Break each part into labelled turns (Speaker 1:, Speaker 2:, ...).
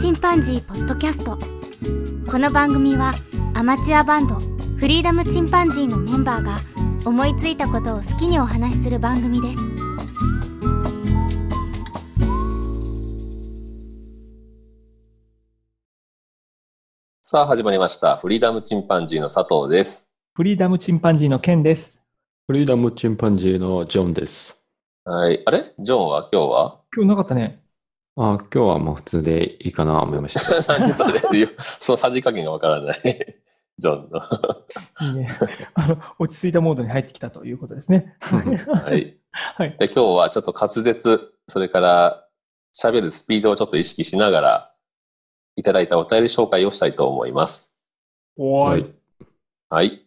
Speaker 1: チンパンジーポッドキャストこの番組はアマチュアバンドフリーダムチンパンジーのメンバーが思いついたことを好きにお話しする番組です
Speaker 2: さあ始まりました。フリーダムチンパンジーの佐藤です。
Speaker 3: フリーダムチンパンジーのケンです。
Speaker 4: フリーダムチンパンジーのジョンです。
Speaker 2: はい。あれジョンは今日は
Speaker 3: 今日なかったね。
Speaker 4: あ今日はもう普通でいいかな思いました。
Speaker 2: 何それ そのさじ加減がわからない。 ジョンの。
Speaker 3: いいね。 あの、落ち着いたモードに入ってきたということですね。
Speaker 2: は。
Speaker 3: はいはい。
Speaker 2: で今日はちょっと滑舌、それから喋るスピードをちょっと意識しながら、いただいたお便り紹介をしたいと思います。
Speaker 3: おーい。。
Speaker 2: はい。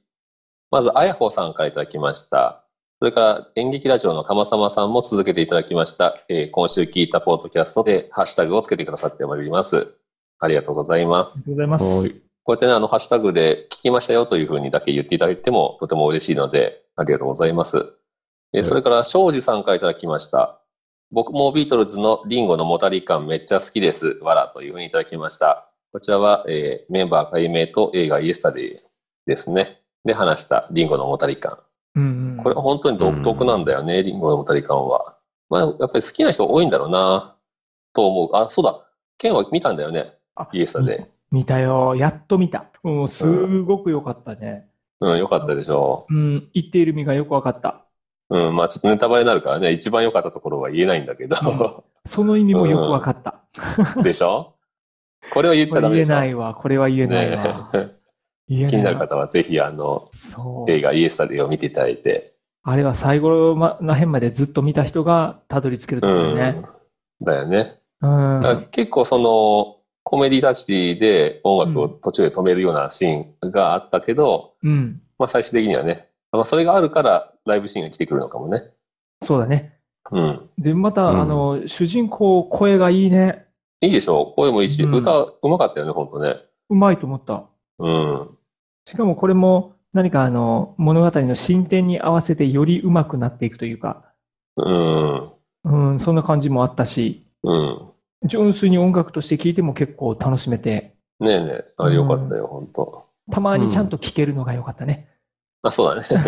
Speaker 2: まず、あやほさんからいただきました。それから、演劇ラジオの鎌様さんも続けていただきました。えー今週聞いたポッドキャストで、ハッシュタグをつけてくださっております。ありがとうございま
Speaker 3: あり
Speaker 2: す
Speaker 3: が。とうございます。
Speaker 4: はい
Speaker 2: こうやってね、あの、ハッシュタグで聞きましたよというふうにだけ言っていただいても、とても嬉しいので、ありがとうございます。え
Speaker 4: は
Speaker 2: ー
Speaker 4: い
Speaker 2: それから、庄司さんからいただきました。僕もビートルズのリンゴのもたり感めっちゃ好きです。わらというふうにいただきました。こちらは、えーメンバー解明と映画イエスタデイですね。で話したリンゴのもたり感。
Speaker 3: うんうん。
Speaker 2: これ本当に独特なんだよね、リンゴのもたり感は。まあ、やっぱり好きな人多いんだろうな、と思う。あ、そうだ。ケンは見たんだよね
Speaker 3: あ。
Speaker 2: イエスタデイ。
Speaker 3: 見たよ。やっと見た。うん、すごく良かったね。
Speaker 2: うん、よかったでしょう。
Speaker 3: うん、言っている意味がよくわかった。
Speaker 2: うん、まあちょっとネタバレになるからね、一番良かったところは言えないんだけど、
Speaker 3: その意味もよくわかった。
Speaker 2: でしょこれは言っちゃダ
Speaker 3: こ
Speaker 2: メで
Speaker 3: れ言え
Speaker 2: しょ
Speaker 3: ないわ。これは言えないわ。
Speaker 2: ね
Speaker 3: 言え
Speaker 2: え
Speaker 3: ない
Speaker 2: 気になる
Speaker 3: わ。
Speaker 2: 方はぜひ、あの、
Speaker 3: そう。
Speaker 2: 映画イエスタデイを見ていただいて、
Speaker 3: あれは最後ら辺までずっと見た人がたどり着けると
Speaker 2: う
Speaker 3: ころ
Speaker 2: ん。
Speaker 3: ね。
Speaker 2: だよね。
Speaker 3: うん。
Speaker 2: だから結構その、コメディダチで音楽を途中で止めるようなシーンがあったけど、
Speaker 3: うん。
Speaker 2: まあ最終的にはね、まあそれがあるからライブシーンが来てくるのかもね。
Speaker 3: そうだね。
Speaker 2: うん。
Speaker 3: で、また、
Speaker 4: うん
Speaker 3: あの、主人公、声がいいね。
Speaker 2: いいでしょ声もいいし、
Speaker 3: うん
Speaker 2: 歌うまかったよね、ほんとね。
Speaker 3: うまいと思った。
Speaker 2: うん。
Speaker 3: しかもこれも、何かあの、物語の進展に合わせてよりうまくなっていくというか、
Speaker 2: うん。
Speaker 3: うん、そんな感じもあったし、
Speaker 2: うん。
Speaker 3: 純粋に音楽として聴いても結構楽しめて、
Speaker 2: ねえねえ、あれよかったよ、ほんと。
Speaker 3: たまにちゃんと聴けるのが良かったね。
Speaker 2: あ、そうだね。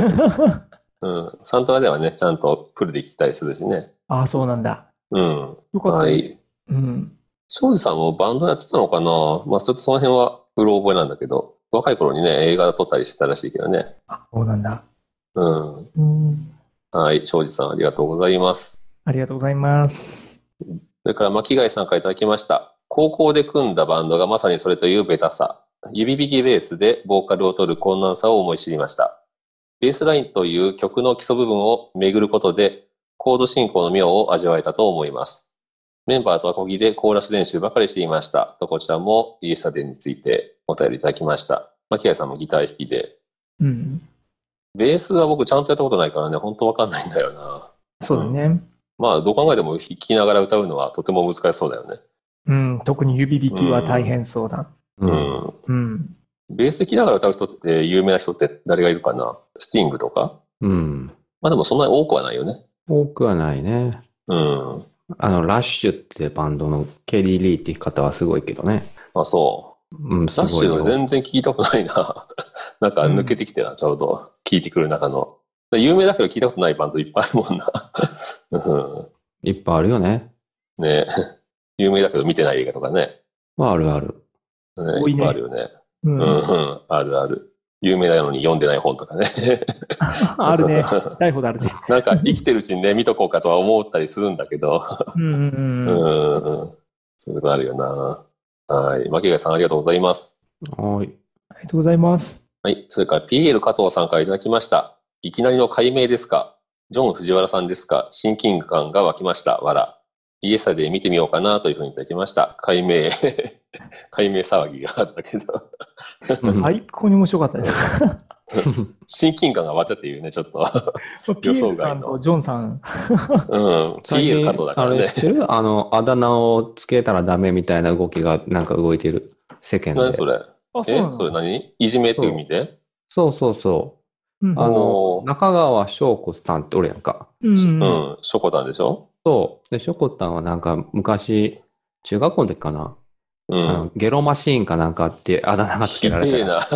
Speaker 2: うん。サントラではね、ちゃんとフルで聴きたりするしね。
Speaker 3: ああ、そうなんだ。
Speaker 2: うん。
Speaker 3: よかった。
Speaker 2: はい。
Speaker 3: うん。
Speaker 2: 庄司さんもバンドやってたのかなまあ、ちょっとその辺は、うろ覚えなんだけど、若い頃にね、映画撮ったりしてたらしいけどね。
Speaker 3: あ、そうなんだ。
Speaker 2: うん。
Speaker 3: うん。
Speaker 2: はい。庄司さん、ありがとうございます。
Speaker 3: ありがとうございます。
Speaker 2: それから、巻貝さんからいただきました。高校で組んだバンドがまさにそれというベタさ。指弾きベースでボーカルを取る困難さを思い知りました。ベースラインという曲の基礎部分を巡ることで、コード進行の妙を味わえたと思います。メンバーとアコギでコーラス練習ばかりしていました。とこちらもイエスタデーについてお便りいただきました。巻貝さんもギター弾きで。
Speaker 3: うん。
Speaker 2: ベースは僕ちゃんとやったことないからね、ほんとわかんないんだよな。
Speaker 3: そうだね。
Speaker 2: まあ、どう考えても弾きながら歌うのはとても難しそうだよね。
Speaker 3: うん、特に指弾きは大変そうだ。
Speaker 4: うん
Speaker 2: うん。
Speaker 3: うん。
Speaker 2: ベース弾きながら歌う人って、有名な人って誰がいるかなスティングとか
Speaker 4: うん。
Speaker 2: まあでもそんなに多くはないよね。
Speaker 4: 多くはないね。
Speaker 2: うん。
Speaker 4: あの、ラッシュってバンドのケリー・リーって方はすごいけどね。
Speaker 2: あ、そう。
Speaker 4: うん、す
Speaker 2: ラッ
Speaker 4: ご
Speaker 2: シ
Speaker 4: い
Speaker 2: ュ
Speaker 4: よ。
Speaker 2: の全然聞いたことないな。 なんか抜けてきてな、ちょうど。聞いてくる中の。で有名だけど聞いたことないバンドいっぱいあるもんな。う
Speaker 4: いっぱいあるよね。
Speaker 2: ん。ね有名だけど見てない映画とかね。
Speaker 4: まあ、あるある。
Speaker 2: ね
Speaker 3: 多
Speaker 2: い
Speaker 3: い
Speaker 2: っ
Speaker 3: ね
Speaker 2: ぱいあるよね。
Speaker 3: う
Speaker 2: うん、う。ん。あるある。有名なのに読んでない本とかね。
Speaker 3: あるね。台本あるね。
Speaker 2: なんか生きてるうちにね、見とこうかとは思ったりするんだけど。
Speaker 3: うん
Speaker 2: う
Speaker 3: うんうん。
Speaker 2: んうんうん。そういうことあるよな。はい。巻貝さんありがとうございます。
Speaker 4: はい。
Speaker 3: ありがとうございます。
Speaker 2: はい。それから PL 加藤さんからいただきました。いきなりの解明ですかジョン藤原さんですか親近感が湧きました。わら。イエスタで見てみようかなというふうにいただきました。解明。 解明騒ぎがあったけど。
Speaker 4: い。
Speaker 3: 最高に面白かったです。
Speaker 2: 親近感が湧いたっていうね、ちょっと。
Speaker 3: ピエールさんとジョンさ
Speaker 2: う
Speaker 3: ん。
Speaker 2: ん。PL 加藤だか
Speaker 4: あ
Speaker 2: ら
Speaker 4: れ
Speaker 2: ね
Speaker 4: 知。ってるあの、あだ名をつけたらダメみたいな動きがなんか動いてる。世間で。
Speaker 2: 何それ
Speaker 3: あ、そう
Speaker 2: え
Speaker 3: なの
Speaker 2: それ何いじめっていう意味で
Speaker 4: そうそうそう。
Speaker 3: うん
Speaker 4: あ
Speaker 2: お
Speaker 4: の
Speaker 2: ー、
Speaker 4: 中川翔子さんっておるやんか。
Speaker 3: う
Speaker 2: う
Speaker 3: んうん
Speaker 2: ん。ショコタンでしょ
Speaker 4: そう。で、しょこたんはなんか昔、中学校の時かな。
Speaker 2: う
Speaker 4: うん
Speaker 2: ん。
Speaker 4: ゲロマシーンかなんかってあだ名がつけ
Speaker 2: ひ
Speaker 4: られて
Speaker 2: でえ
Speaker 4: る
Speaker 2: な。
Speaker 3: す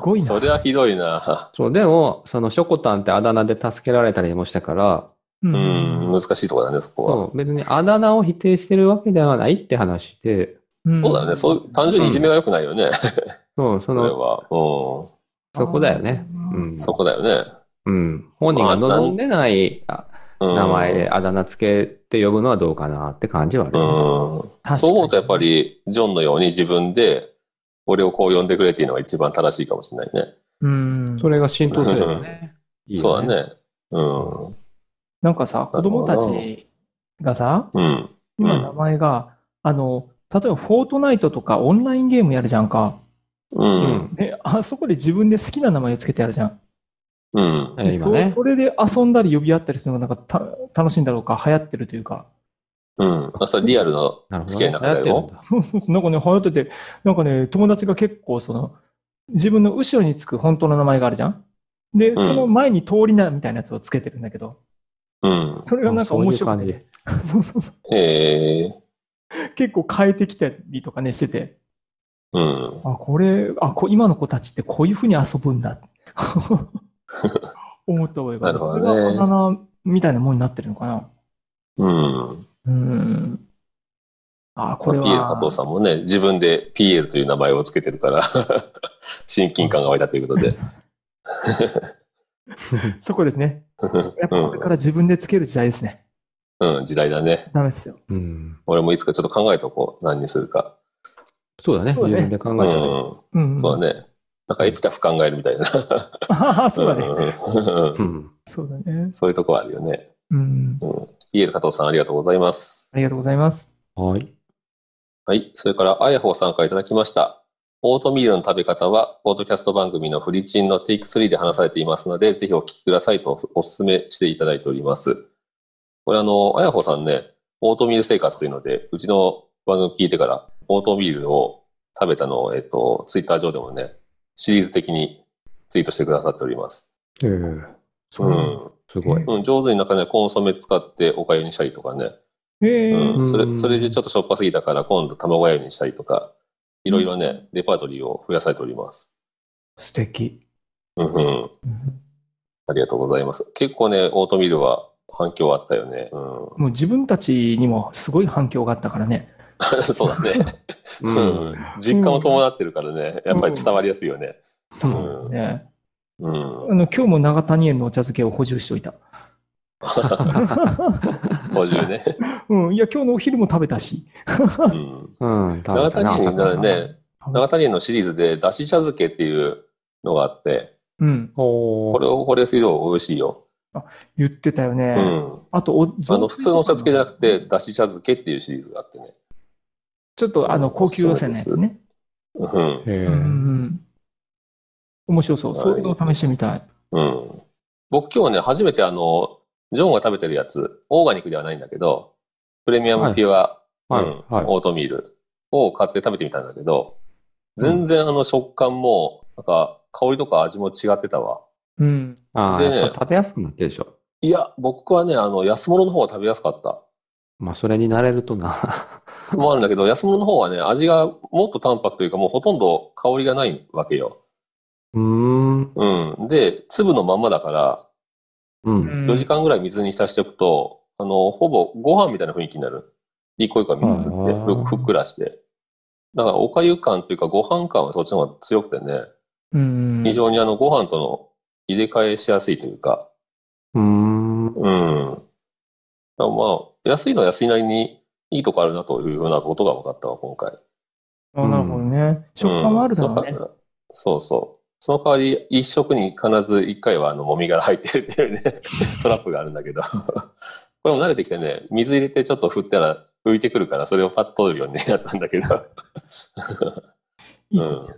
Speaker 3: ごい な。
Speaker 2: それはひどいな。
Speaker 4: そう、でも、そのショコタンってあだ名で助けられたりもしたから、
Speaker 3: う。
Speaker 2: うんん、難しいところだね、そこ
Speaker 4: そう別にあだ名を否定してるわけではないって話で、
Speaker 3: うん
Speaker 2: は。そうだね。そう、単純にいじめが良くないよね。
Speaker 4: そう、そ
Speaker 2: それ
Speaker 4: の、
Speaker 2: は。う
Speaker 4: そこだよね。
Speaker 3: う
Speaker 4: うんん。
Speaker 2: ん。そこだよね。
Speaker 4: うん。本人が望んでないあ
Speaker 2: うん
Speaker 4: 名前であだ名つけて呼ぶのはどうかなって感じはあ
Speaker 2: う
Speaker 4: る。
Speaker 2: ん。
Speaker 3: 確
Speaker 2: そう思うとやっぱ
Speaker 3: り。
Speaker 2: り、ジョンのように自分で、俺をこう呼んでくれっていうのが一番正しいかもしれないね。
Speaker 3: うん。
Speaker 4: それが浸透すればね。いい よ
Speaker 2: そうだね。うん。
Speaker 3: なんかさ、子供たちがさ、
Speaker 2: うん。
Speaker 3: 今
Speaker 2: うん
Speaker 3: 名前が、あの、例えばフォートナイトとかオンラインゲームやるじゃんか。
Speaker 2: う。
Speaker 4: うんん。
Speaker 3: で、あそこで自分で好きな名前をつけてやるじゃん。
Speaker 2: うん。
Speaker 4: え今
Speaker 3: そう
Speaker 4: ね。
Speaker 3: それで遊んだり呼び合ったりするのがなんかた楽しいんだろうか、流行ってるというか。
Speaker 2: うん。あ、それリアルの
Speaker 4: なるほど
Speaker 2: 付き合いの中だ
Speaker 4: 流
Speaker 2: よ
Speaker 4: 行って。るんだ
Speaker 3: そうそうそう、なんかね、流行ってて、なんかね、友達が結構その、自分の後ろにつく本当の名前があるじゃんで、
Speaker 2: ん
Speaker 3: その前に通りなみたいなやつをつけてるんだけど、
Speaker 2: うん。
Speaker 3: それがなんか面白くて、そうそうそ
Speaker 2: へえ。
Speaker 3: う結構変えてきたりとかね、してて、
Speaker 2: うん。
Speaker 3: あ、これ、あ、こ今の子たちってこういうふうに遊ぶんだ。 思った方がいいか
Speaker 2: なるほどね
Speaker 3: それが花みたいなもんになってるのかな。
Speaker 2: うん。
Speaker 3: うん。あ、こ
Speaker 2: ピ
Speaker 3: れ
Speaker 2: エール加
Speaker 3: は。
Speaker 2: 藤さんもね、自分でピエールという名前をつけてるから、 親近感が湧いたということで。
Speaker 3: そこですね。やっぱこれから自分でつける時代ですね。
Speaker 2: うん、時代だね。
Speaker 3: ダメですよ。
Speaker 4: うん。
Speaker 2: 俺もいつかちょっと考えとこう。何にするか。
Speaker 4: そうだね。
Speaker 3: そう
Speaker 4: 自
Speaker 3: だね
Speaker 4: 分で考
Speaker 2: う
Speaker 4: えたら。
Speaker 2: ん。
Speaker 3: うん、うん。
Speaker 2: そうだね。なんかエピタフ考えるみたいな。
Speaker 3: ああ、そ うだね。
Speaker 2: ね。
Speaker 4: うん。
Speaker 3: そうだね。
Speaker 2: そういうとこはあるよね。
Speaker 3: うん。
Speaker 2: ピエール加藤さんありがとうございます。
Speaker 3: ありがとうございます。
Speaker 4: はい。
Speaker 2: はい。それから、あやほうさんからいただきました。オートミールの食べ方は、ポードキャスト番組のフリチンのテイク3で話されていますので、ぜひお聞きくださいとお勧めしていただいております。これあの、あやほうさんね、オートミール生活というので、うちの番組聞いてから、オートミールを食べたのを、えっと、ツイッター上でもね、シリーズ的にツイートしてくださっております。
Speaker 4: ええ。そううなん
Speaker 2: ん
Speaker 4: だ。。すごい。
Speaker 2: うん、上手になんかね、コンソメ使っておかゆにしたりとかね。
Speaker 3: へえ、
Speaker 2: うん、そ
Speaker 4: うん
Speaker 2: れ、それでちょっとしょっぱすぎたから、今度卵やゆにしたりとか、いろいろね、レパートリーを増やされております。
Speaker 3: 素敵。
Speaker 2: うんうん。ありがとうございます。結構ね、オートミールは反響あったよね。う
Speaker 3: もう自分たちにもすごい反響があったからね。
Speaker 2: ん。 そうだね。
Speaker 4: う
Speaker 2: うん。。実感を伴ってるからね、やっぱり伝わりやすいよね。
Speaker 4: う
Speaker 2: うんん。
Speaker 3: ね
Speaker 2: うん。
Speaker 3: あの今日も長谷園のお茶漬けを補充しておいた。
Speaker 2: 補充 ね。
Speaker 3: うん。いや、今日のお昼も食べたし。
Speaker 2: うん。
Speaker 4: うん。
Speaker 2: 長谷園ならね、長
Speaker 3: う
Speaker 2: 谷園のシリーズで、だし茶漬けっていうのがあって、
Speaker 3: ん。
Speaker 4: お
Speaker 2: これを、これすると美味しいよ。
Speaker 3: 言ってたよね。
Speaker 2: うん。
Speaker 3: あとお、
Speaker 2: あの、普通のお茶漬けじゃなくて、
Speaker 3: ち
Speaker 2: だし茶漬けっていうシリーズがあってね。
Speaker 3: ょっとあの、高級路線のやつね。
Speaker 2: うん。
Speaker 4: へえ
Speaker 3: うん、うん。面白そう。
Speaker 2: はい
Speaker 3: そういうのを試してみたい。
Speaker 2: うん。僕今日ね、初めてあの、ジョンが食べてるやつ、オーガニックではないんだけど、プレミアムピュア、
Speaker 4: はい
Speaker 2: うん
Speaker 4: はい
Speaker 2: オートミールを買って食べてみたんだけど、全然あの食感も、なんか香りとか味も違ってたわ。
Speaker 3: うん。
Speaker 4: ああ、
Speaker 2: でね
Speaker 4: やっぱ食べやすくなってるでしょ。
Speaker 2: いや、僕はね、あの、安物の方が食べやすかった。
Speaker 4: まあ、それに慣れるとな。
Speaker 2: もあるんだけど、安物の方はね、味がもっと淡白というか、もうほとんど香りがないわけよ。
Speaker 4: うーん。
Speaker 2: うん。で、粒のまんまだから、
Speaker 4: うん。
Speaker 2: 4時間ぐらい水に浸しておくと、あの、ほぼご飯みたいな雰囲気になる。一個一個水吸って
Speaker 4: あー
Speaker 2: ふっく、ふっくらして。だから、おかゆ感というか、ご飯感はそっちの方が強くてね、
Speaker 3: うん。
Speaker 2: 非常にあの、ご飯との入れ替えしやすいというか、
Speaker 4: うーん。
Speaker 2: うん。だからまあ、安いのは安いなりにいいとこあるなというようなことが分かったわ、今回。
Speaker 3: あなるほどね。食感はあるだろうね
Speaker 2: ん。そのそうそう。その代わり、一食に必ず一回はあの、もみ殻入ってるっていう ね、トラップがあるんだけど。これも慣れてきてね、水入れてちょっと振ったら浮いてくるから、それをパッと取るようになったんだけど。
Speaker 3: いい
Speaker 2: うん
Speaker 3: こと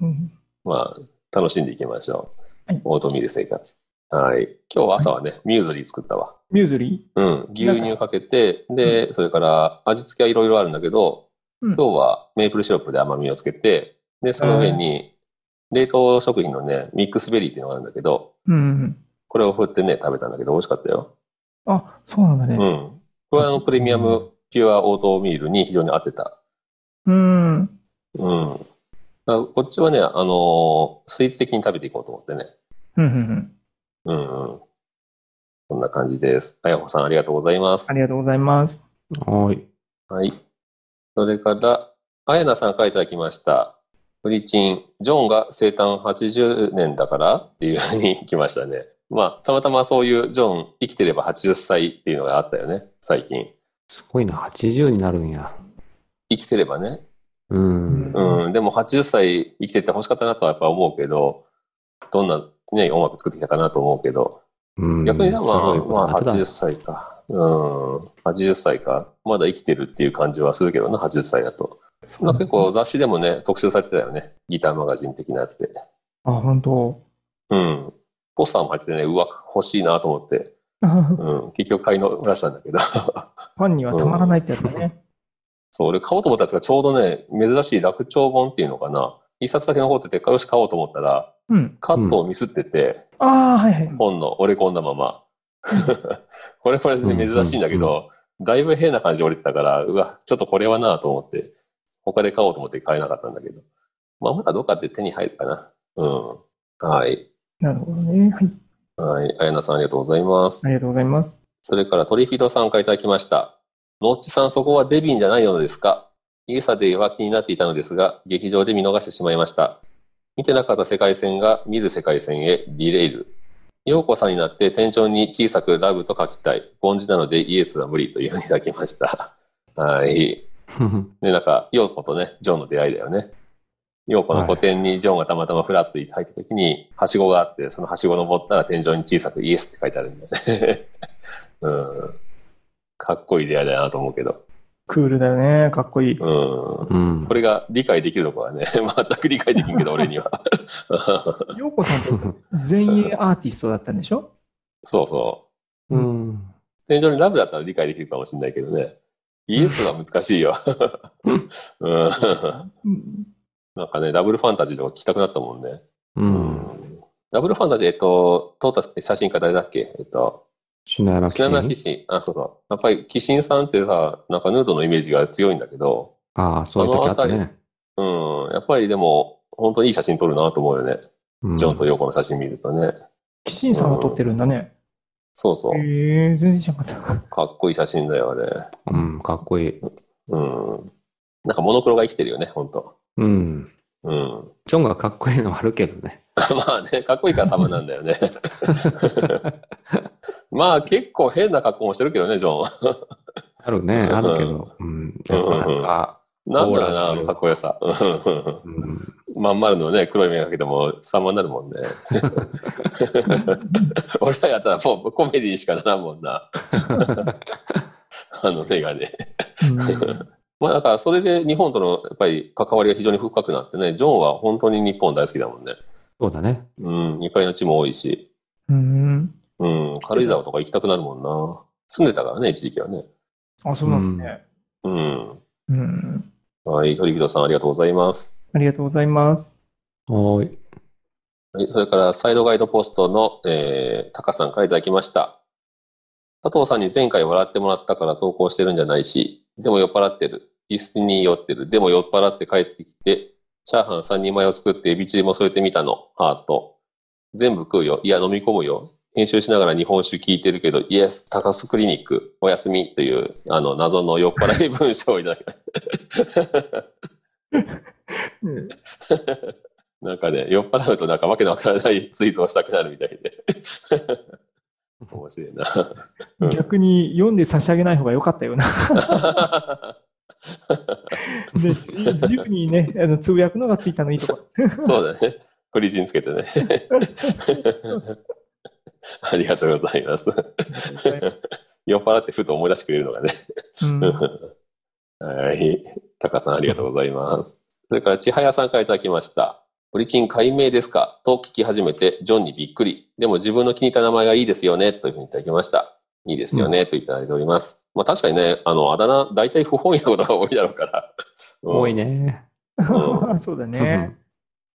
Speaker 3: うん。
Speaker 2: まあ、楽しんでいきましょう。
Speaker 3: はい
Speaker 2: オートミール生活。はい。今日は朝はね、ミューズリー作ったわ。
Speaker 3: ミューズリ
Speaker 2: うん。牛乳かけて、で、それから味付けはいろいろあるんだけど、
Speaker 3: うん
Speaker 2: 今日はメープルシロップで甘みをつけて、で、その上に、冷凍食品のね、ミックスベリーっていうのがあるんだけど、
Speaker 3: ーうん。
Speaker 2: これを振ってね、食べたんだけど、美味しかったよ。
Speaker 3: あ、そうなんだ
Speaker 2: う
Speaker 3: ね。
Speaker 2: ん。これはあの、プレミアムピュアオートミールに非常に合ってた。
Speaker 3: う
Speaker 2: う
Speaker 3: ん。
Speaker 2: ん。だからこっちはね、あのースイーツ的に食べていこうと思ってね。
Speaker 3: うん、うん、う
Speaker 2: う
Speaker 3: ん。
Speaker 2: んうん。こんな感じです。あやほさん、ありがとうございます
Speaker 3: あ。りがとうございます。
Speaker 4: はーい。
Speaker 2: はい。それから、あやなさんからいただきました。フリチン、ジョンが生誕80年だからっていうふうに来ましたね。まあ、たまたまそういうジョン、生きてれば80歳っていうのがあったよね、最近。
Speaker 4: すごいな、80になるんや。
Speaker 2: 生きてればね。
Speaker 4: うん。
Speaker 2: うん、でも80歳生きてって欲しかったなとはやっぱ思うけど、どんな、ね、音楽作ってきたかなと思うけど、
Speaker 4: うん。
Speaker 2: 逆にまあ、
Speaker 4: すごいこと
Speaker 2: ま
Speaker 4: にな
Speaker 2: あ
Speaker 4: ってた
Speaker 2: 80歳か。うん、80歳か。まだ生きてるっていう感じはするけどな、80歳だと。
Speaker 3: そ
Speaker 2: まあ、結構雑誌でもね、特集されてたよね。ギターマガジン的なやつで。
Speaker 3: あ、本当。
Speaker 2: うん。ポスターも入っててね、うわ、欲しいなと思って。
Speaker 3: フ
Speaker 2: うん。結局買いの出したんだけど。
Speaker 3: ァンにはたまらないってやつだね。
Speaker 2: そう、俺買おうと思ったやつがちょうどね、珍しい楽長本っていうのかな。一冊だけ残ってて、よし買おうと思ったら、
Speaker 3: うん。
Speaker 2: カットをミスってて、
Speaker 3: ああ、はいはい。
Speaker 2: 本の折れ込んだまま。 これこれで珍しいんだけど、だいぶ変な感じで折れてたから、うわ、ちょっとこれはなと思って、他で買おうと思って買えなかったんだけど。まあ、まだどっかで手に入るかな。うん。はい。
Speaker 3: なるほどね。はい。
Speaker 2: はい。あやなさんありがとうございます
Speaker 3: あ。りがとうございます。
Speaker 2: それからトリフィドさんからいただきました。ノッチさん、そこはデビンじゃないのですかイエサデイは気になっていたのですが、劇場で見逃してしまいました。見てなかった世界線が見る世界線へリレイル。陽子さんになって天井に小さくラブと書きたい。凡字なのでイエスは無理というふうにいただきました。はい。で、なんか、陽子とね、ジョンの出会いだよね。陽子の個展にジョンがたまたまフラッと入った時に、はしごがあって、そのはしご登ったら天井に小さくイエスって書いてあるんだよね。 うん。かっこいい出会いだなと思うけど。
Speaker 3: クールだよね。かっこいい。
Speaker 2: うん。
Speaker 4: うん
Speaker 2: こ。れが理解できるところはね、 全く理解できんけど、俺には。
Speaker 3: ようこさんって前衛アーティストだったんでしょ
Speaker 2: そうそ
Speaker 4: うん。
Speaker 2: う。天井にラブだったら理解できるかもしれないけどね。イエスは難しいよ。
Speaker 4: うん
Speaker 2: うん。
Speaker 3: うん
Speaker 2: なんかね、ダブルファンタジーとか聞きたくなったもんね。
Speaker 4: うん。
Speaker 2: ダブルファンタジー、えっと、トータスって写真家誰だっけえっと、
Speaker 4: 篠山
Speaker 2: 品川紀信。あ、そうそう。やっぱり紀信さんってさ、なんかヌードのイメージが強いんだけど、
Speaker 4: ああ、そういう時あった
Speaker 2: あの
Speaker 4: ね。
Speaker 2: うん、やっぱりでも、本当にいい写真撮るなと思うよね。
Speaker 4: うん
Speaker 2: ジョンとヨーコの写真見るとね。
Speaker 3: キシンさんが撮ってるんだね。
Speaker 2: そうそ
Speaker 3: へ
Speaker 2: う。
Speaker 3: え、全然知らなかった。
Speaker 2: かっこいい写真だよ、あれ。
Speaker 4: うん、かっこいい。
Speaker 2: うん。なんかモノクロが生きてるよね、本当
Speaker 4: うん。
Speaker 2: うん。
Speaker 4: ジョンがかっこいいのはあるけどね。
Speaker 2: まあね、かっこいいから様なんだよ ね。まあ結構変な格好もしてるけどね、ジョン。
Speaker 4: あるね、あるけど。うん。やっぱなんか、
Speaker 2: なんだろうな、
Speaker 4: オーラがあ
Speaker 2: あ
Speaker 4: る
Speaker 2: のかっこよさ。うん
Speaker 4: うん。
Speaker 2: まん丸のね、黒い目がけても様になるもんね。俺らやったらもうコメディしかならんもんな。あの目がね。
Speaker 3: うん
Speaker 2: まあだからそれで日本とのやっぱり関わりが非常に深くなってね、ジョンは本当に日本大好きだもんね。
Speaker 4: そうだね。
Speaker 2: うん、ゆかりの地も多いし、
Speaker 3: うん。
Speaker 2: うん、軽井沢とか行きたくなるもんな。住んでたからね、一時期はね。
Speaker 3: あ、そうなんだね。
Speaker 2: うん。
Speaker 3: うん。
Speaker 2: はい、鳥広さんありがとうございます。
Speaker 3: ありがとうございます。
Speaker 4: はーい。
Speaker 2: はい、それからサイドガイドポストの、えー、タカさんからいただきました。佐藤さんに前回笑ってもらったから投稿してるんじゃないし、でも酔っ払ってる。椅子に酔ってる。でも酔っ払って帰ってきて、チャーハン3人前を作ってエビチリも添えてみたの。ハート。全部食うよ。いや、飲み込むよ。編集しながら日本酒聞いてるけど、イエス、タカスクリニック、おやすみという、あの、謎の酔っ払い文章をいただきました。
Speaker 3: うん
Speaker 2: なんかね、酔っ払うとなんかわけのわからないツイートをしたくなるみたいで。 面白いな。うん
Speaker 3: 逆に読んで差し上げない方が良かったよな。で自自由にね、あのつぶやくのがついたのいいとこ。
Speaker 2: そうだね。フリジンつけて ね。ありがとうございます。酔っ払ってふと思い出してくれるのがね。
Speaker 3: うん
Speaker 2: はい。タカさんありがとうございます。それから、千早さんからいただきました。ブリチン解明ですかと聞き始めて、ジョンにびっくり。でも自分の気に入った名前がいいですよねというふうにいただきました。いいですよね、といただいております。まあ確かにね、あの、あだ名、大体不本意なことが多いだろうから。うん
Speaker 4: 多いね。
Speaker 3: そうだね。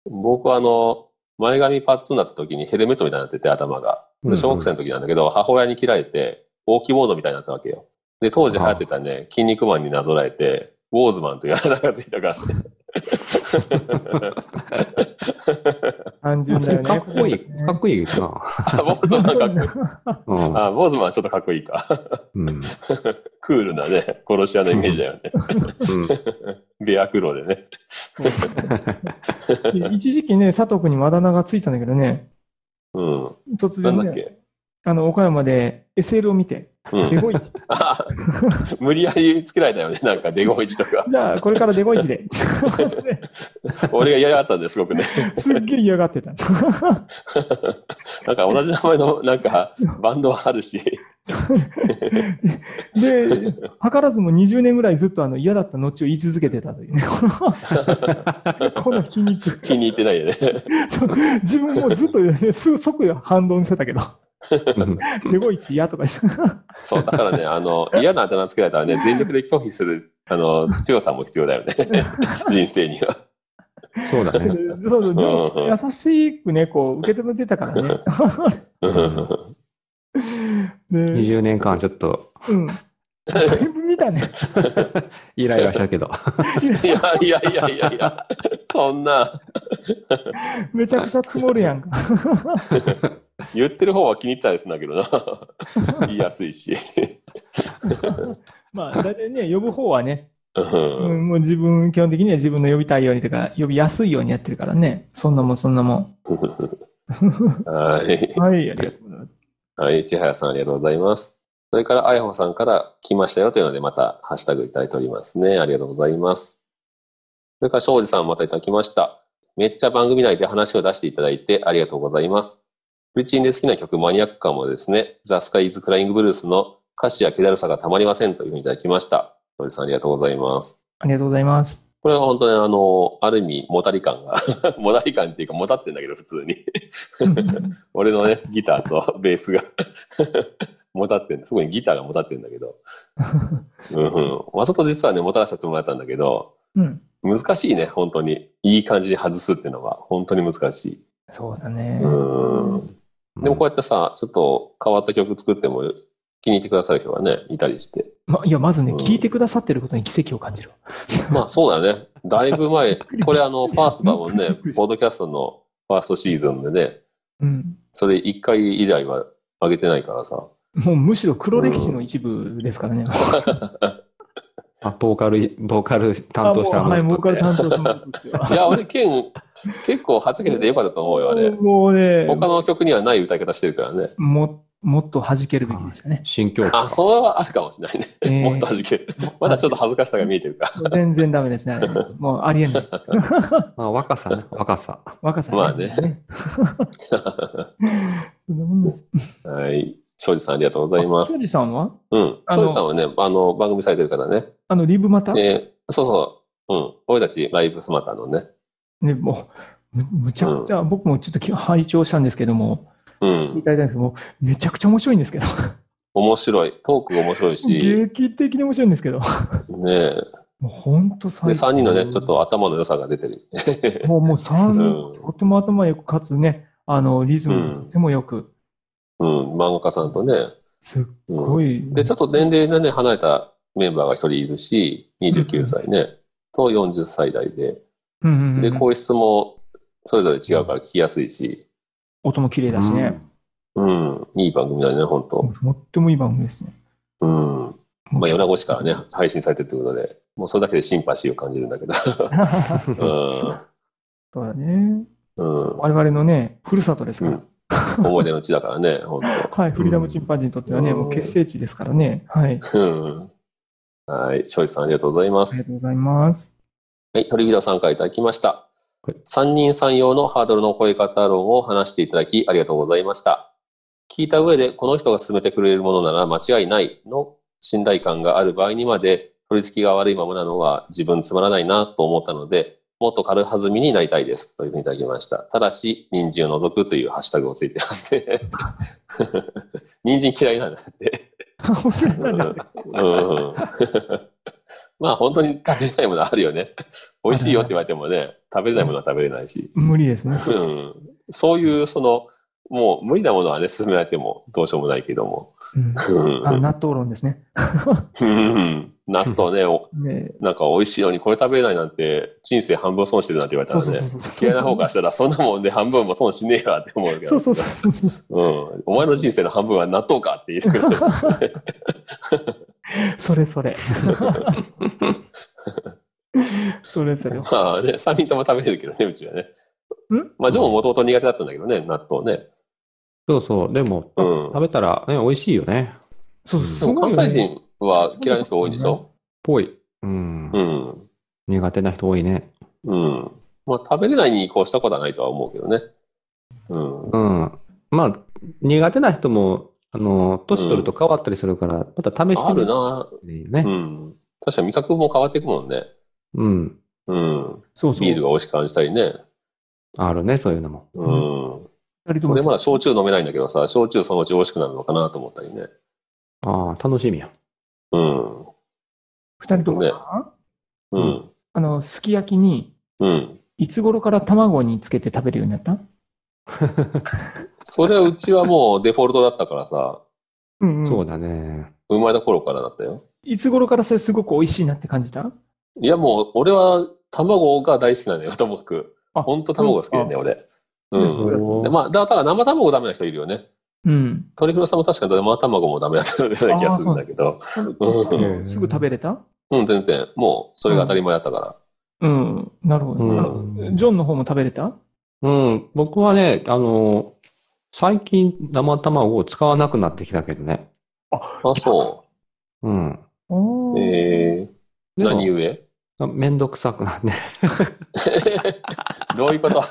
Speaker 2: 僕はあの、前髪パッツンになった時にヘルメットみたいになってて頭が。
Speaker 4: うんう
Speaker 2: で
Speaker 4: ん
Speaker 2: 小学生の時なんだけど、母親に切られて、大きいボードみたいになったわけよ。で、当時流行ってたね、筋肉マンになぞらえて、ウォーズマンというあだ名がついたからね。
Speaker 3: 単純だよね。
Speaker 4: かっこいい、かっこいいな。
Speaker 2: あ、ウォーズマンかっこいい。
Speaker 4: うん
Speaker 2: あ、ウォーズマンはちょっとかっこいいか。
Speaker 4: うん。
Speaker 2: クールなね、殺し屋のイメージだよね。
Speaker 4: うん
Speaker 2: ベアクローでね。
Speaker 3: いや一時期ね、佐藤君にあだ名がついたんだけどね、
Speaker 2: うん。
Speaker 3: 突
Speaker 2: なん
Speaker 3: 然
Speaker 2: だっ
Speaker 3: ね、
Speaker 2: け。
Speaker 3: あの、岡山で SL を見て、
Speaker 2: う
Speaker 3: デ
Speaker 2: ん。
Speaker 3: ゴイチ。
Speaker 2: あ無理やりつけられたよね。なんか、デゴイチとか。
Speaker 3: じゃあ、これからデゴイチで。
Speaker 2: 俺が嫌がったんですごくね。
Speaker 3: すっげえ嫌がってた。
Speaker 2: なんか、同じ名前の、なんか、バンドはあるし。
Speaker 3: で、図らずも20年ぐらいずっとあの嫌だった後を言い続けてたと いうね。この筋肉。
Speaker 2: 気に入ってないよね。
Speaker 3: そう自分もずっと、ね、すぐ即反論してたけど、
Speaker 4: うん
Speaker 3: デゴイチ嫌とか言って
Speaker 2: そう、だからね、あの、嫌なあだ名つけられたらね、全力で拒否する、あの、強さも必要だよね。人生には。
Speaker 4: そうだね。
Speaker 3: そうそうじょ
Speaker 2: うんうん
Speaker 3: 優しくね、こう、受け止めてたからね。
Speaker 2: うん
Speaker 3: で、
Speaker 4: 20年間ちょっと
Speaker 3: うん。だいぶ見たね。
Speaker 4: イライラしたけど。
Speaker 2: いやいやいやいやいや、そんな、
Speaker 3: めちゃくちゃ積もるやんか。
Speaker 2: 言ってる方は気に入ったりするんだけどな。言いやすいし。
Speaker 3: まあ、だいたいね、呼ぶ方はね、
Speaker 2: う
Speaker 3: うんん、もう自分、基本的には自分の呼びたいようにとか、呼びやすいようにやってるからね。そんなもん、そんなもん。
Speaker 2: はい。
Speaker 3: はい、ありがとうございます。
Speaker 2: はい、千早さんありがとうございます。それから、あやほさんから来ましたよというので、またハッシュタグいただいておりますね。ありがとうございます。それから、庄司さんまたいただきました。めっちゃ番組内で話を出していただいてありがとうございます。ルチンで好きな曲マニアック感もですね、ザ・スカイ・イズ・クライング・ブルースの歌詞や気だるさがたまりませんというふうにいただきました。庄司さんありがとうございます。
Speaker 3: ありがとうございます。
Speaker 2: これは本当にあの、ある意味、もたり感が、 もたり感っていうか、もたってんだけど、普通に。 俺のね、ギターと ベースが、もたってんだ。特にギターがもたってんだけど。うんうん。わざと実はね、もたらしたつもりだったんだけど、
Speaker 3: うん。
Speaker 2: 難しいね、本当に。いい感じに外すっていうのは、本当に難しい。
Speaker 3: そうだね
Speaker 2: う。ん。 でもこうやってさ、ちょっと変わった曲作っても、気に入ってくださる人がね、いたりして。
Speaker 3: ま、いや、まずね、
Speaker 2: うん
Speaker 3: 聞いてくださってることに奇跡を感じる。
Speaker 2: まあそうだよね。だいぶ前、これあの、ファーストだもん
Speaker 3: びっ
Speaker 2: ね
Speaker 3: くりし、た
Speaker 2: ポッドキャストのファーストシーズンでね、
Speaker 3: うん。
Speaker 2: それ1回以来は上げてないからさ。
Speaker 3: もうむしろ黒歴史の一部ですからね。
Speaker 4: あ、ボーカル、ボーカル担当した
Speaker 3: あもうはい、ボーカル
Speaker 4: ね
Speaker 3: 担当したものです よ。
Speaker 2: いや、俺、ケ ン、結構はっちゃけててよかったと思うよ、あれ。
Speaker 3: もうね、
Speaker 2: 他の曲にはない歌い方してるからね。
Speaker 3: も、もっと弾けるべきでしたね。
Speaker 4: 新境地か
Speaker 2: あ、それはあるかもしれないね。
Speaker 3: えー
Speaker 2: もっと弾ける。まだちょっと恥ずかしさが見えてるか。
Speaker 3: 全然ダメですね。あれもうありえない。
Speaker 4: まあ、若さね、若さ。
Speaker 3: 若さ、
Speaker 2: まあね。
Speaker 3: そんなもんです
Speaker 2: はい。庄司さんありがとうございます。
Speaker 3: 庄司さんは
Speaker 2: うん。
Speaker 3: あの
Speaker 2: 庄司さんはね、あの、番組されてるからね。
Speaker 3: あの、リブまたね、
Speaker 2: えーそうそう。うん。俺たち、ライブスマタのね。
Speaker 3: もう、むむちゃくちゃ、僕もちょっとき拝聴したんですけども、
Speaker 2: う
Speaker 3: 聞いてい
Speaker 2: ん。
Speaker 3: ただいたんですけども、めちゃくちゃ面白いんですけど、
Speaker 2: 面白い。トーク面白いし、
Speaker 3: 劇的に面白いんですけど、
Speaker 2: ねえ。
Speaker 3: もう本当最
Speaker 2: で、
Speaker 3: 高
Speaker 2: 3人のね、ちょっと頭の良さが出てる。
Speaker 3: もう、もう三
Speaker 2: うん
Speaker 3: とても頭よく、かつね、あの、リズ
Speaker 2: うん
Speaker 3: ムとてもよく、
Speaker 2: うん、漫画家さんとね。
Speaker 3: すっ
Speaker 2: うん
Speaker 3: ごい。
Speaker 2: で、ちょっと年齢がね、離れたメンバーが一人いるし、29歳ね、と40歳代で。
Speaker 3: うんうんうん
Speaker 2: で、声質もそれぞれ違うから聞きやすいし、
Speaker 3: 音も綺麗だしね。
Speaker 2: うん、いい番組だね、本当
Speaker 3: とってもいい番組ですね。
Speaker 2: うん。まあ、米子市からね、配信されてるということで、もうそれだけでシンパシーを感じるんだけ ど。
Speaker 3: そうだね。
Speaker 2: うん。うん。
Speaker 3: 我々のね、ふるさとですから。
Speaker 2: 思い出の地だからね、本
Speaker 3: はい、フリーダムチンパンジーにとってはね、
Speaker 2: うん
Speaker 3: もう結成地ですからね。はい。
Speaker 2: 当うん。はい、庄司さんありがとうございま
Speaker 3: あり
Speaker 2: す
Speaker 3: が。とうござ います。
Speaker 2: はい、鳥ビラさんからいただきました
Speaker 4: はい。
Speaker 2: 三人三様のハードルの超え方論を話していただきありがとうございました。聞いた上で、この人が勧めてくれるものなら間違いないの信頼感がある場合にまで、取り付きが悪いままなのは自分つまらないなと思ったので、もっと軽はずみになりたいです。というふうにいただきました。ただし、人参を除くというハッシュタグをついてますね。 人参嫌いなんだって。
Speaker 3: お嫌いなんですね
Speaker 2: うん、 まあ本当に食べれないものあるよね。美味しいよって言われてもね、食べれないものは食べれないし。
Speaker 3: 無理ですね。
Speaker 2: うん、そういう、その、もう無理なものはね、勧められてもどうしようもないけども。
Speaker 3: うん、
Speaker 2: うん
Speaker 3: あ納豆論ですね。
Speaker 2: うん納豆ね、お
Speaker 3: ね
Speaker 2: なんか美味しいのにこれ食べれないなんて、人生半分損してるなんて言われた
Speaker 3: そう
Speaker 2: ら
Speaker 3: そう
Speaker 2: ね
Speaker 3: そう。そう。
Speaker 2: 嫌いな方からしたら、そんなもんで半分も損しねえわって思うけ
Speaker 3: そ
Speaker 2: ど。
Speaker 3: うそうそうそうそう。
Speaker 2: うん。お前の人生の半分は納豆かって言うけど。
Speaker 3: それ それ。それそれ。
Speaker 2: まあね、3人とも食べれるけどね、うちはね。まあ、ジョンももともと苦手だったんだけどね、納豆ね。
Speaker 4: そうそう。でも、
Speaker 2: うん
Speaker 4: 食べたらね、美味しいよね。
Speaker 3: そう、
Speaker 2: ですも
Speaker 3: ごいよね
Speaker 2: 関西人は嫌いな人多いんでしょ
Speaker 4: ぽい。うん。
Speaker 2: うん。
Speaker 4: 苦手な人多いね。
Speaker 2: うん。まあ、食べれないに移行したことはないとは思うけどね。うん。
Speaker 4: うん。まあ、苦手な人も、あの、年取ると変わったりするから、また試して
Speaker 2: あ
Speaker 4: み
Speaker 2: る
Speaker 4: る
Speaker 2: な
Speaker 4: といいよ
Speaker 2: う
Speaker 4: ね。
Speaker 2: ん。確かに味覚も変わっていくもんね。
Speaker 4: うん。
Speaker 2: うん。
Speaker 3: そうそう。
Speaker 2: ビールが美味しく感じたりね。
Speaker 4: あるね、そういうのも。
Speaker 2: うん。
Speaker 3: 二人とも
Speaker 2: 俺まだ焼酎飲めないんだけどさ、焼酎そのうち美味しくなるのかなと思ったりね。
Speaker 4: ああ、楽しみや。
Speaker 2: うん。
Speaker 3: 二人ともさ、
Speaker 2: うん。
Speaker 3: あの、すき焼きに、
Speaker 2: うん。
Speaker 3: いつ頃から卵につけて食べるようになった
Speaker 2: それはうちはもうデフォルトだったからさ、
Speaker 3: うん、
Speaker 4: そう
Speaker 3: う。
Speaker 4: だね。
Speaker 2: 生まれた頃からだったよ。
Speaker 3: いつ頃からそれすごく美味しいなって感じた
Speaker 2: いやもう、俺は卵が大好きなんだよ、ともく。
Speaker 3: あ
Speaker 2: ほんと卵が好きだよね、俺。う
Speaker 3: そ
Speaker 2: ん。
Speaker 3: うだ
Speaker 4: おー
Speaker 2: でまあ、だから生卵ダメな人いるよね。
Speaker 3: うん。
Speaker 2: 鳥黒さんも確か生卵もダメだったような気がするんだけど。
Speaker 4: うん
Speaker 3: すぐ食べれた
Speaker 2: うん、全然。もう、それが当たり前だったから。
Speaker 3: うん。なるほど、
Speaker 4: うん
Speaker 3: あのジョンの方も食べれた
Speaker 4: うん、僕はね、あの、最近生卵を使わなくなってきたけどね。
Speaker 2: あ、そ
Speaker 4: うん。
Speaker 3: お
Speaker 2: う。
Speaker 3: ー
Speaker 2: えー、
Speaker 4: でも
Speaker 2: 何故
Speaker 4: めんどくさくなって。
Speaker 2: どういうこと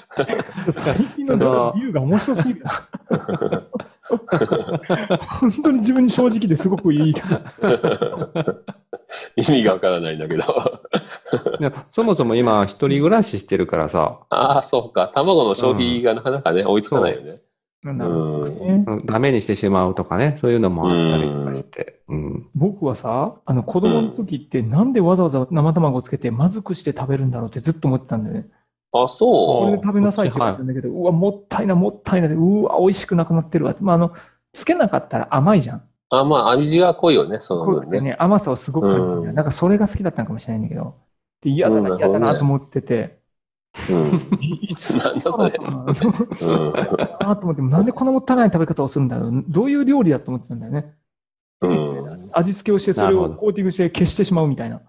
Speaker 3: 最近のジョンの理由が面白すぎるな。本当に自分に正直ですごくいい。
Speaker 2: 意味がわからないんだけど。
Speaker 4: でそもそも今、一人暮らししてるからさ、
Speaker 2: ああ、そうか。卵の消費がなかなかね、追いつかないよね。
Speaker 3: なん
Speaker 2: う
Speaker 3: だろ
Speaker 2: ん。う。
Speaker 3: うんね
Speaker 4: うんダメにしてしまうとかね、そういうのもあったりとかして。うん。
Speaker 3: 僕はさ、あの子供の時ってなんでわざわざ生卵をつけてまずくして食べるんだろうってずっと思ってたんだよね。
Speaker 2: あ、
Speaker 3: こ
Speaker 2: そ
Speaker 3: れで食べなさいって言われたんだけど、うわ、もったいな、もったいなで、うわ、美味しくなくなってるわ。まあ、あの、つけなかったら甘いじゃん。
Speaker 2: う。あ、まあ、味が濃いよね、その
Speaker 3: 濃
Speaker 2: 分
Speaker 3: くて
Speaker 2: ね。
Speaker 3: ね、甘さをすごく感じるじゃ
Speaker 2: うん
Speaker 3: ん。なんかそれが好きだったのかもしれないんだけど。で、嫌だ
Speaker 2: うんなる
Speaker 3: な、
Speaker 2: ほど
Speaker 3: 嫌
Speaker 2: ね
Speaker 3: だなと思ってて。
Speaker 2: うん。
Speaker 3: い つ
Speaker 2: なんだそれ。
Speaker 3: そうあと思って、なんでこんなもったいない食べ方をするんだろう。どういう料理だと思ってたんだよね。
Speaker 2: うん。うん。
Speaker 3: 味付けをして、それ
Speaker 4: なるほ
Speaker 3: を
Speaker 4: ど
Speaker 3: コーティングして消してしまうみたいな。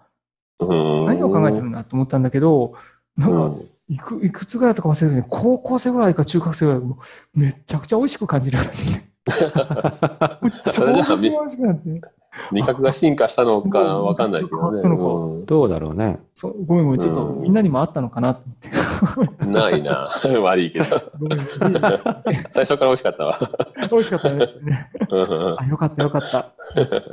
Speaker 2: うん
Speaker 3: 何を考えてるんだと思ったんだけど、なん
Speaker 2: う
Speaker 3: か、
Speaker 2: ん。
Speaker 3: いく、いくつぐらいだったか忘れたけど、高校生ぐらいか中学生ぐらい、もうめっちゃくちゃ美味しく感じる ようになってきて。めっちゃくちゃ美味しくなって。
Speaker 2: 味覚が進化したのかわかんないけどね。
Speaker 3: 変わ
Speaker 2: う
Speaker 4: どうだろうね。
Speaker 3: そうごめんごめん、ちょっと
Speaker 2: うん
Speaker 3: みんなにもあったのかなと思って。
Speaker 2: んないな。 悪いけ ど。
Speaker 3: ごめんごめん
Speaker 2: 最初から美味しかったわ。
Speaker 3: 美味しかったね。
Speaker 2: うん
Speaker 3: あ、よかったよかった。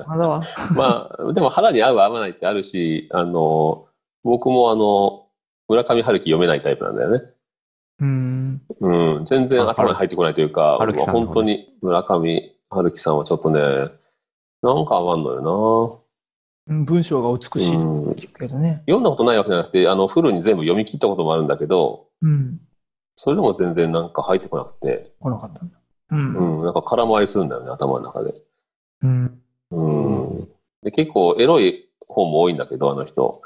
Speaker 3: まだわ。
Speaker 2: まあ、でも腹に合う合わないってあるし、あの、僕もあの、村上春樹読めないタイプなんだよね。
Speaker 3: うーん。
Speaker 2: うん、全然頭に入ってこないというか、
Speaker 4: 春樹さんの
Speaker 2: 本当に村上春樹さんはちょっとね、なんか合わんのよ
Speaker 3: うん文章が美
Speaker 2: な。
Speaker 3: しいと
Speaker 2: うん
Speaker 3: 聞くけどね。
Speaker 2: 読んだことないわけじゃなくて、あの、フルに全部読み切ったこともあるんだけど、
Speaker 3: うん。
Speaker 2: それでも全然なんか入ってこなくて、
Speaker 3: 来なかったんだ。うん。
Speaker 2: うん、なんか空回りするんだよね、頭の中で。
Speaker 3: うん。
Speaker 2: うん。で結構エロい本も多いんだけど、あの人。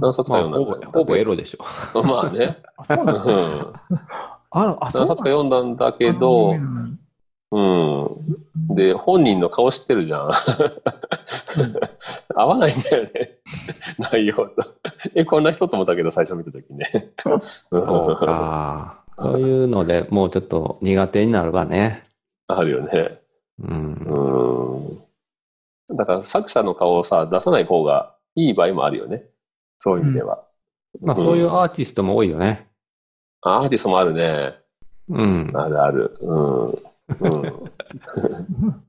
Speaker 2: 何冊か
Speaker 4: まあ、
Speaker 2: 読んだ
Speaker 4: ほ
Speaker 2: んだ
Speaker 4: ぼ
Speaker 2: けど。
Speaker 4: ほぼエロでしょ。
Speaker 2: ロ。 まあね。
Speaker 3: あ、そう
Speaker 2: う。
Speaker 3: なんん だ。
Speaker 2: 何
Speaker 3: あら、あ、そう
Speaker 2: 冊
Speaker 3: な
Speaker 2: か読
Speaker 3: んだ。
Speaker 2: んだんだけど
Speaker 3: あの有名、なのに
Speaker 2: うん。で、本人の顔知ってるじゃん。合わないんだよね。内容と。え、こんな人と思ったけど、最初見たときね。
Speaker 4: そうか。そういうので、もうちょっと苦手になるわね。
Speaker 2: あるよね。
Speaker 4: うん。
Speaker 2: うん。だから作者の顔をさ、出さない方がいい場合もあるよね。そういう意味では。
Speaker 4: まあ、そういうアーティストも多いよね。
Speaker 2: アーティストもあるね。
Speaker 4: うん。
Speaker 2: あるある。うん。うん。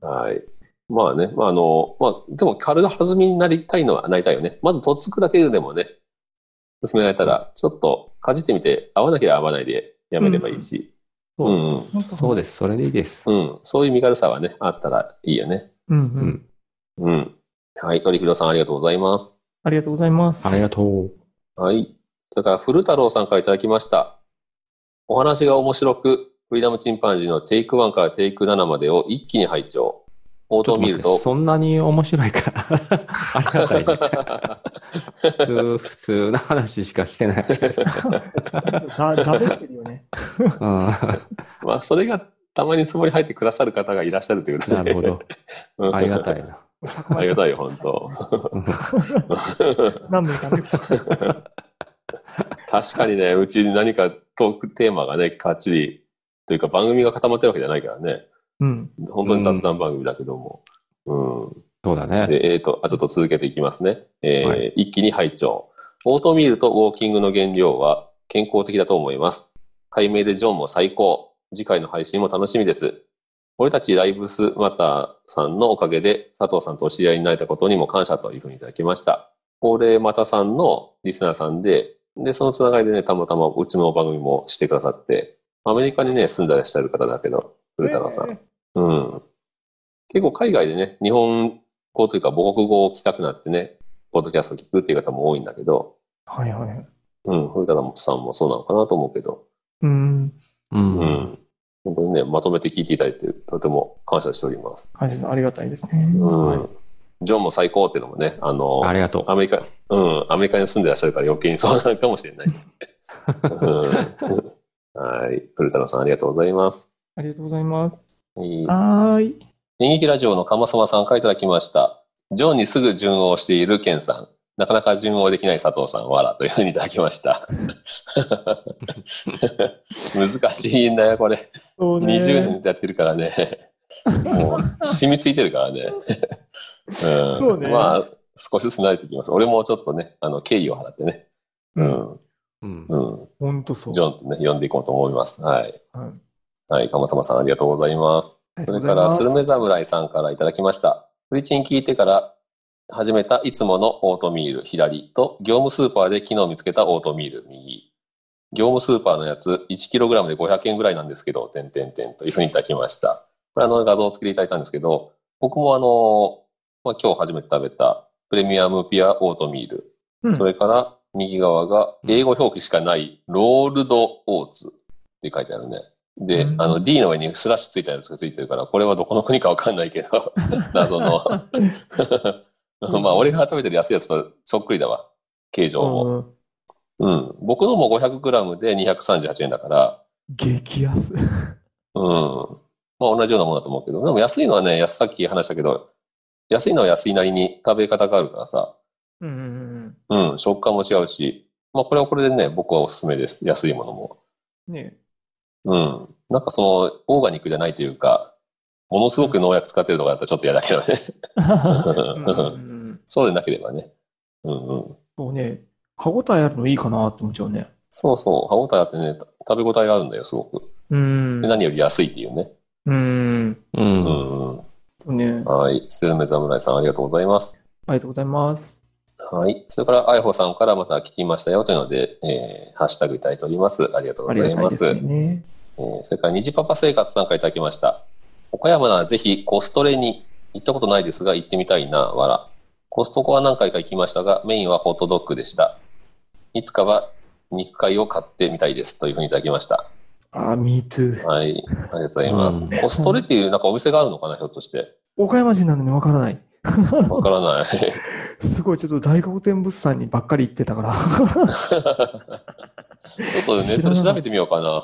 Speaker 2: はい。まあね、まああの、まあ、でも軽弾みになりたいのはなりたいよね。まずとっつくだけでもね、進められたら、ちょっとかじってみて、合わなければ合わないでやめればいいし。
Speaker 4: う
Speaker 2: うんう
Speaker 4: ん
Speaker 2: ん
Speaker 3: 本当
Speaker 4: そうです。それでいいです。
Speaker 2: うん、そういう身軽さはね、あったらいいよね。
Speaker 3: うん
Speaker 4: う
Speaker 3: うん。
Speaker 4: ん。
Speaker 2: うん。はい、鳥広さんありがとうございます。
Speaker 3: ありがとうございます。
Speaker 4: ありがとう。
Speaker 2: はい。それから、古太郎さんからいただきました。お話が面白く、フリーダムチンパンジーのテイク1からテイク7までを一気に拝聴。王道を見ると、
Speaker 4: そんなに面白いから ありがたいね。普通、普通の話しかしてない。
Speaker 3: だ、だべってるよね。
Speaker 4: うん、
Speaker 2: まあ、それがたまにつぼに入ってくださる方がいらっしゃるということで。
Speaker 4: なるほど。
Speaker 2: うん
Speaker 4: ありがたいな。
Speaker 2: ありがたいよ、本当。
Speaker 3: 何名かね。
Speaker 2: 確かにね、うちに何かトークテーマがね、かっちり、というか番組が固まってるわけじゃないからね。
Speaker 3: うん。
Speaker 2: 本当に雑談番組だけども。うん。
Speaker 4: そうだね。
Speaker 2: でえー、とあちょっと続けていきますね、えー
Speaker 4: は
Speaker 2: 一気に拝聴オートミールとウォーキングの原料は健康的だと思います解明でジョンも最高次回の配信も楽しみです俺たちライブスマターさんのおかげで佐藤さんとお知り合いになれたことにも感謝というふうにいただきました高齢マタさんのリスナーさんででそのつながりでねたまたまうちの番組もしてくださってアメリカにね住んでらっしゃる方だけど古太郎さん、うん。結構海外でね、日本語というか母国語を聞きたくなってね、ポッドキャストを聞くっていう方も多いんだけど、
Speaker 3: はいはい。
Speaker 2: うん、古田さんもそうなのかなと思うけど、
Speaker 3: うん。
Speaker 4: う。
Speaker 2: うんん。本当にね、まとめて聞いていただいて、とても感謝しております。
Speaker 3: 感じのありがたいですね。
Speaker 2: うん。
Speaker 4: はい
Speaker 2: ジョンも最高っていうのもね、あの、
Speaker 4: ありがとう。
Speaker 2: アメリカ、うん、アメリカに住んでらっしゃるから余計にそうなるかもし れない。うんはい。古田さんありがとうございます。
Speaker 3: ありがとうございます。
Speaker 2: はい
Speaker 3: はーい。
Speaker 2: 演劇ラジオの鎌様さんからいただきました。ジョンにすぐ順応しているケンさん。なかなか順応できない佐藤さん、わら、というふうにいただきました。難しいんだよ、これ。
Speaker 3: そうね
Speaker 2: 20年やってるからね。もう、染みついてるからね。うん、そう
Speaker 3: ね
Speaker 2: まあ、少しずつ慣れてきます。俺もちょっとね、あの、敬意を払ってね。う
Speaker 3: うん。
Speaker 2: ん。
Speaker 4: うん
Speaker 2: うん。
Speaker 3: ほんとそう。
Speaker 2: ジョンとね、呼んでいこうと思います。はい。
Speaker 3: はい
Speaker 2: はい、鎌様さん、ありがとうございます。
Speaker 3: あり
Speaker 2: そ
Speaker 3: がと
Speaker 2: れ
Speaker 3: うご
Speaker 2: か
Speaker 3: ざい
Speaker 2: ら、
Speaker 3: ます
Speaker 2: スルメ侍さんからいただきました。フリチン聞いてから始めたいつものオートミール左と、業務スーパーで昨日見つけたオートミール右。業務スーパーのやつ 1kg で500円ぐらいなんですけど、てんてんてんというふうにいただきました。これあの画像を作りいただいたんですけど、僕もあの、まあ、今日初めて食べたプレミアムピアオートミール。
Speaker 3: うん
Speaker 2: それから右側が英語表記しかないロールドオーツって書いてあるね。で、
Speaker 3: うん
Speaker 2: あの D の上にスラッシュついたやつがついてるから、これはどこの国かわかんないけど、 謎の。まあ俺が食べてる安いやつとそっくりだわ。形状も。
Speaker 3: うん
Speaker 2: うん。僕のも 500g で238円だから、
Speaker 3: 激安。
Speaker 2: うん。まあ同じようなものだと思うけど、でも安いのはね、安さっき話したけど、安いのは安いなりに食べ方があるからさ、
Speaker 3: うんうん
Speaker 2: うん、食感も違うし、まあこれはこれでね、僕はおすすめです。安いものも。
Speaker 3: うん。ね
Speaker 2: うん。なんかその、オーガニックじゃないというか、ものすごく農薬使ってるとかだったらちょっと嫌だけどね。
Speaker 3: うんうんうん
Speaker 2: そうでなければね。うんうん。
Speaker 3: そうね。歯応えあるのいいかなって思っちゃうね。
Speaker 2: そうそう。歯応えあってね、食べ応えがあるんだよ、すごく。
Speaker 3: うん
Speaker 2: で。何より安いっていうね。
Speaker 3: うん。
Speaker 4: う。
Speaker 2: うんんうん。
Speaker 3: ね。
Speaker 2: はい。スルメ侍さん、ありがとうございます。
Speaker 3: ありがとうございます。
Speaker 2: はい。それから、あいほさんからまた聞きましたよというので、えーハッシュタグいただいております。ありがとう
Speaker 3: あ
Speaker 2: ご
Speaker 3: り
Speaker 2: ざ
Speaker 3: が
Speaker 2: い
Speaker 3: たい
Speaker 2: ま。
Speaker 3: ですすね。
Speaker 2: えーそれから、虹パパ生活さんからいただきました。岡山ならぜひコストレに行ったことないですが行ってみたいな、わら。コストコは何回か行きましたが、メインはホットドッグでした。いつかは肉塊を買ってみたいですというふうにいただきました。
Speaker 3: あ、me too。
Speaker 2: はい。ありがとうございます。
Speaker 4: うん
Speaker 2: コストレっていうなんかお店があるのかな、ひょっとして。
Speaker 3: 岡山人なのにわからない。
Speaker 2: わから ない。
Speaker 3: すごい、ちょっと大黒天物産にばっかり行ってたから。
Speaker 2: ちょっとネットで調べてみようかな。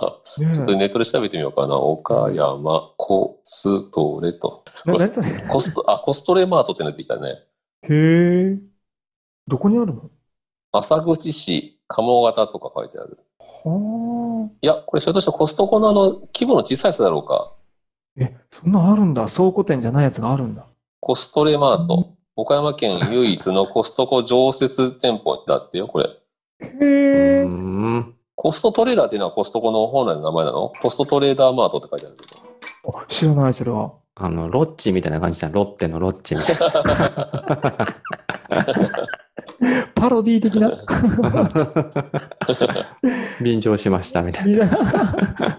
Speaker 3: ね
Speaker 2: ちょっとネットで調べてみようかな。岡山コストレと。
Speaker 3: な何それへ
Speaker 2: コスト、あ、コストレマートってなってきたね。
Speaker 3: え。どこにあるの
Speaker 2: 浅口市鴨型とか書いてある。
Speaker 3: はい
Speaker 2: や、これひょっとしてコストコのあの、規模の小さいやつだろうか。
Speaker 3: あ。え、そんなんあるんだ。倉庫店じゃないやつがあるんだ。
Speaker 2: コストレマート。岡山県唯一のコストコ常設店舗だってよ、これ。
Speaker 3: へ
Speaker 4: う
Speaker 3: え。
Speaker 4: ん
Speaker 2: コストトレーダーっていうのはコストコの本来の名前なのコストトレーダーマートって書いてあるけど。
Speaker 3: 知らない、それは。
Speaker 4: あの、ロッチみたいな感じだ。ロッテのロッチみた い
Speaker 3: パロディ的な
Speaker 4: な。便乗しましたみたいな。
Speaker 3: みたいな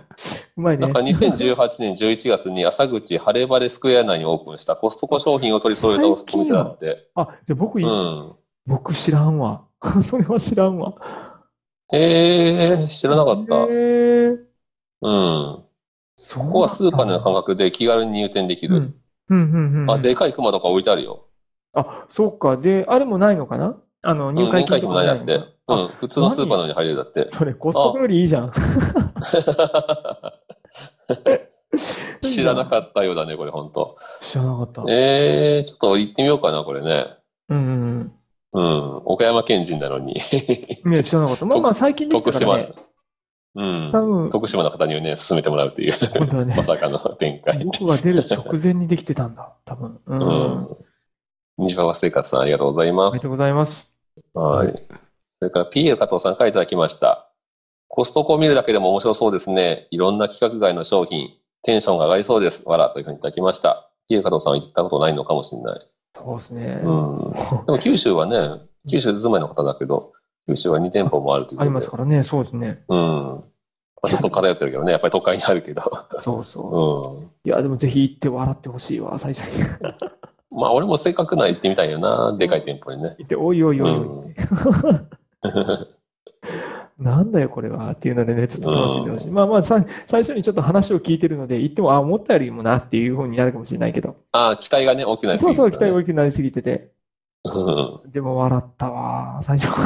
Speaker 3: うまい
Speaker 2: な
Speaker 3: ね
Speaker 2: んか。2018年11月に浅口晴れ晴れスクエア内にオープンしたコストコ商品を取り揃えたお
Speaker 3: 最近
Speaker 2: お店だって。
Speaker 3: あ、じゃあ僕、
Speaker 2: うん。
Speaker 3: 僕知らんわ。 それは知らんわ。
Speaker 2: へえ、知らなかった。
Speaker 3: へー
Speaker 2: うん。
Speaker 3: そう
Speaker 2: ここはスーパーのような感覚で気軽に入店でき
Speaker 3: う
Speaker 2: る。
Speaker 3: ん。うんうんうん。
Speaker 2: あ、でかい熊とか置いてあるよ。
Speaker 3: あ、そうか。で、あれもないのかなあの、
Speaker 2: うん
Speaker 3: 入会金と
Speaker 2: も
Speaker 3: か
Speaker 2: ないんだ
Speaker 3: の
Speaker 2: っ
Speaker 3: か
Speaker 2: て。うん。普通のスーパーのように入れるだって。
Speaker 3: それ、コストコよりいいじゃん。
Speaker 2: 知らなかったようだね、これ、本当
Speaker 3: 知らなかった。
Speaker 2: えー、ちょっと行ってみようかな、これね。
Speaker 3: うん
Speaker 2: うん。岡山県人なのに。
Speaker 3: うん。ね、知らなかった。まあまあ、最近でき
Speaker 2: 徳
Speaker 3: たから
Speaker 2: 島
Speaker 3: ね。、
Speaker 2: うん。
Speaker 3: 多分、
Speaker 2: 徳島の方にね、進めてもらうという、
Speaker 3: 本当だ ね
Speaker 2: ま。さかの展開。
Speaker 3: 僕が出る直前にできてたんだ。多分。う。
Speaker 2: うん
Speaker 3: あ
Speaker 2: ん。西川生活さん、ありがとうございま
Speaker 3: りがと
Speaker 2: す
Speaker 3: う。ございます。
Speaker 2: はい。それから PL 加藤さんからいただきました。コストコを見るだけでも面白そうですね。いろんな規格外の商品、テンションが上がりそうです。わら、というふうにいただきました。PL 加藤さんは行ったことないのかもしれない。
Speaker 3: そうですね
Speaker 2: う。ん。でも九州はね、九州住まいの方だけど、九州は2店舗もあるということで。
Speaker 3: ありますからね。そうですね。
Speaker 2: うん。まあ、ちょっと偏ってるけどね、やっぱり都会にあるけど。
Speaker 3: そうそう。
Speaker 2: う
Speaker 3: いや、でもぜひ行って笑ってほしいわ、最初に。
Speaker 2: ん。まあ、俺もせっかくなら行ってみたいよな、でかい店舗にね。
Speaker 3: 行って、おいおいおいおい、
Speaker 2: うん。
Speaker 3: なんだよ、これは。っていうのでね、ちょっと楽しんでほしい。まあまあさ、最初にちょっと話を聞いてるので、行っても、あ、思ったよりもなっていうふうになるかもしれないけど。
Speaker 2: ああ、期待がね、大きくなりす
Speaker 3: そう
Speaker 2: ぎ
Speaker 3: そう、
Speaker 2: る
Speaker 3: 期
Speaker 2: から
Speaker 3: 待
Speaker 2: ね、
Speaker 3: 大きくなりすぎてて。
Speaker 2: うん
Speaker 3: でも笑ったわ、最初。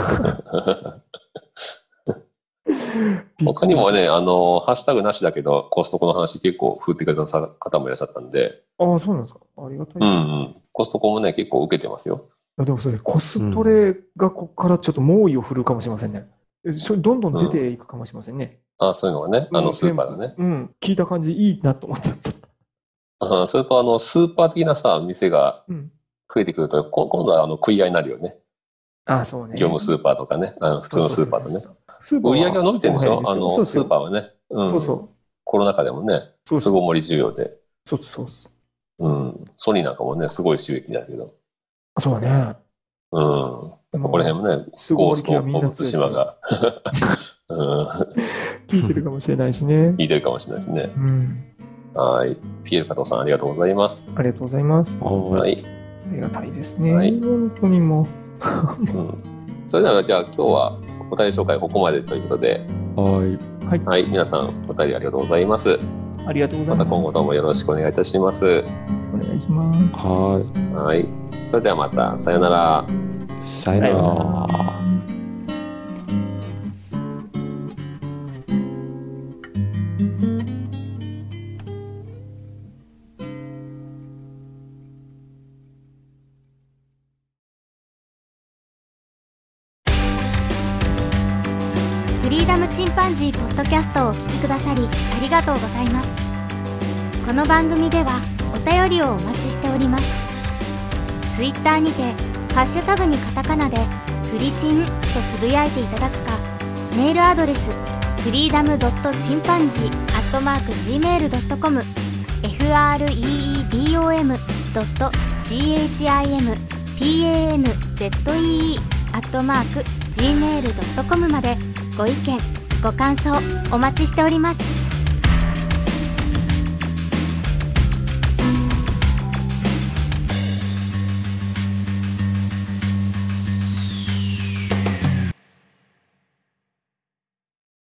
Speaker 2: 他にも。ね、あの、ハッシュタグなしだけど、コストコの話結構振ってくれた方もいらっしゃったんで、
Speaker 3: ああ、そうなんですか。ありがたいです
Speaker 2: うんうん。コストコもね、結構受けてますよ。
Speaker 3: いやでもそれ、コストレがここからちょっと猛威を振るうかもしれませんね。えそれどんどん出ていくかもしれませんね。
Speaker 2: ああ、そういうのがね、あの、スーパーだね。
Speaker 3: うん、聞いた感じいいなと思っちゃった。
Speaker 2: うん、それと、あの、スーパー的なさ、店が
Speaker 3: うん。
Speaker 2: 増えてくると、こ今度は、あの、食い合いになるよね。
Speaker 3: ああ、そうね。
Speaker 2: 業務スーパーとかね、あの普通のスーパーとね。。
Speaker 3: スーパー
Speaker 2: 売り上げは伸びてるんでしょあの、
Speaker 3: そう
Speaker 2: スーパーはね。うん。
Speaker 3: そうそう。
Speaker 2: コロナ禍でもね、
Speaker 3: そう
Speaker 2: 巣
Speaker 3: そう。
Speaker 2: ごもり需要で。
Speaker 3: そうそうそう。
Speaker 2: うん。ソニーなんかもね、すごい収益だけど。
Speaker 3: あそうだね。
Speaker 2: うん。ここら辺もね、
Speaker 3: す
Speaker 2: ゴ
Speaker 3: ご
Speaker 2: ー
Speaker 3: い
Speaker 2: スト、大津島が、 うん、
Speaker 3: 聞いてるかもしれないしね。
Speaker 2: 聞いてるかもしれないですね。
Speaker 3: うん。
Speaker 2: はい。ピエール加藤さん、ありがとうございます。
Speaker 3: ありがとうございます。
Speaker 4: は。
Speaker 2: はいい。
Speaker 3: ありがたいですね。
Speaker 2: はい
Speaker 3: 本当にもう。
Speaker 2: うん。それでは、じゃあ今日はお便り紹介ここまでということで、
Speaker 4: はい。
Speaker 2: はい。皆さん、お便りありがとうございます。
Speaker 3: ありがとうござ
Speaker 2: また
Speaker 3: います。
Speaker 2: 今後ともよろしくお願いいたします。
Speaker 3: よろしくお願いします。
Speaker 4: は
Speaker 2: はい。それではまた、さよなら。
Speaker 4: い。さよなら。
Speaker 1: フリーダムチンパンジーポッドキャストをお聞きくださりありがとうございますこの番組ではお便りをお待ちしておりますツイッターにてハッシュタグにカタカナでフリチンとつぶやいていただくかメールアドレスフリーダムドットチンパンジーアットマーク gmail.com freedom ドット chimpanzee アットマーク gmail.com までご意見ご感想お待ちしております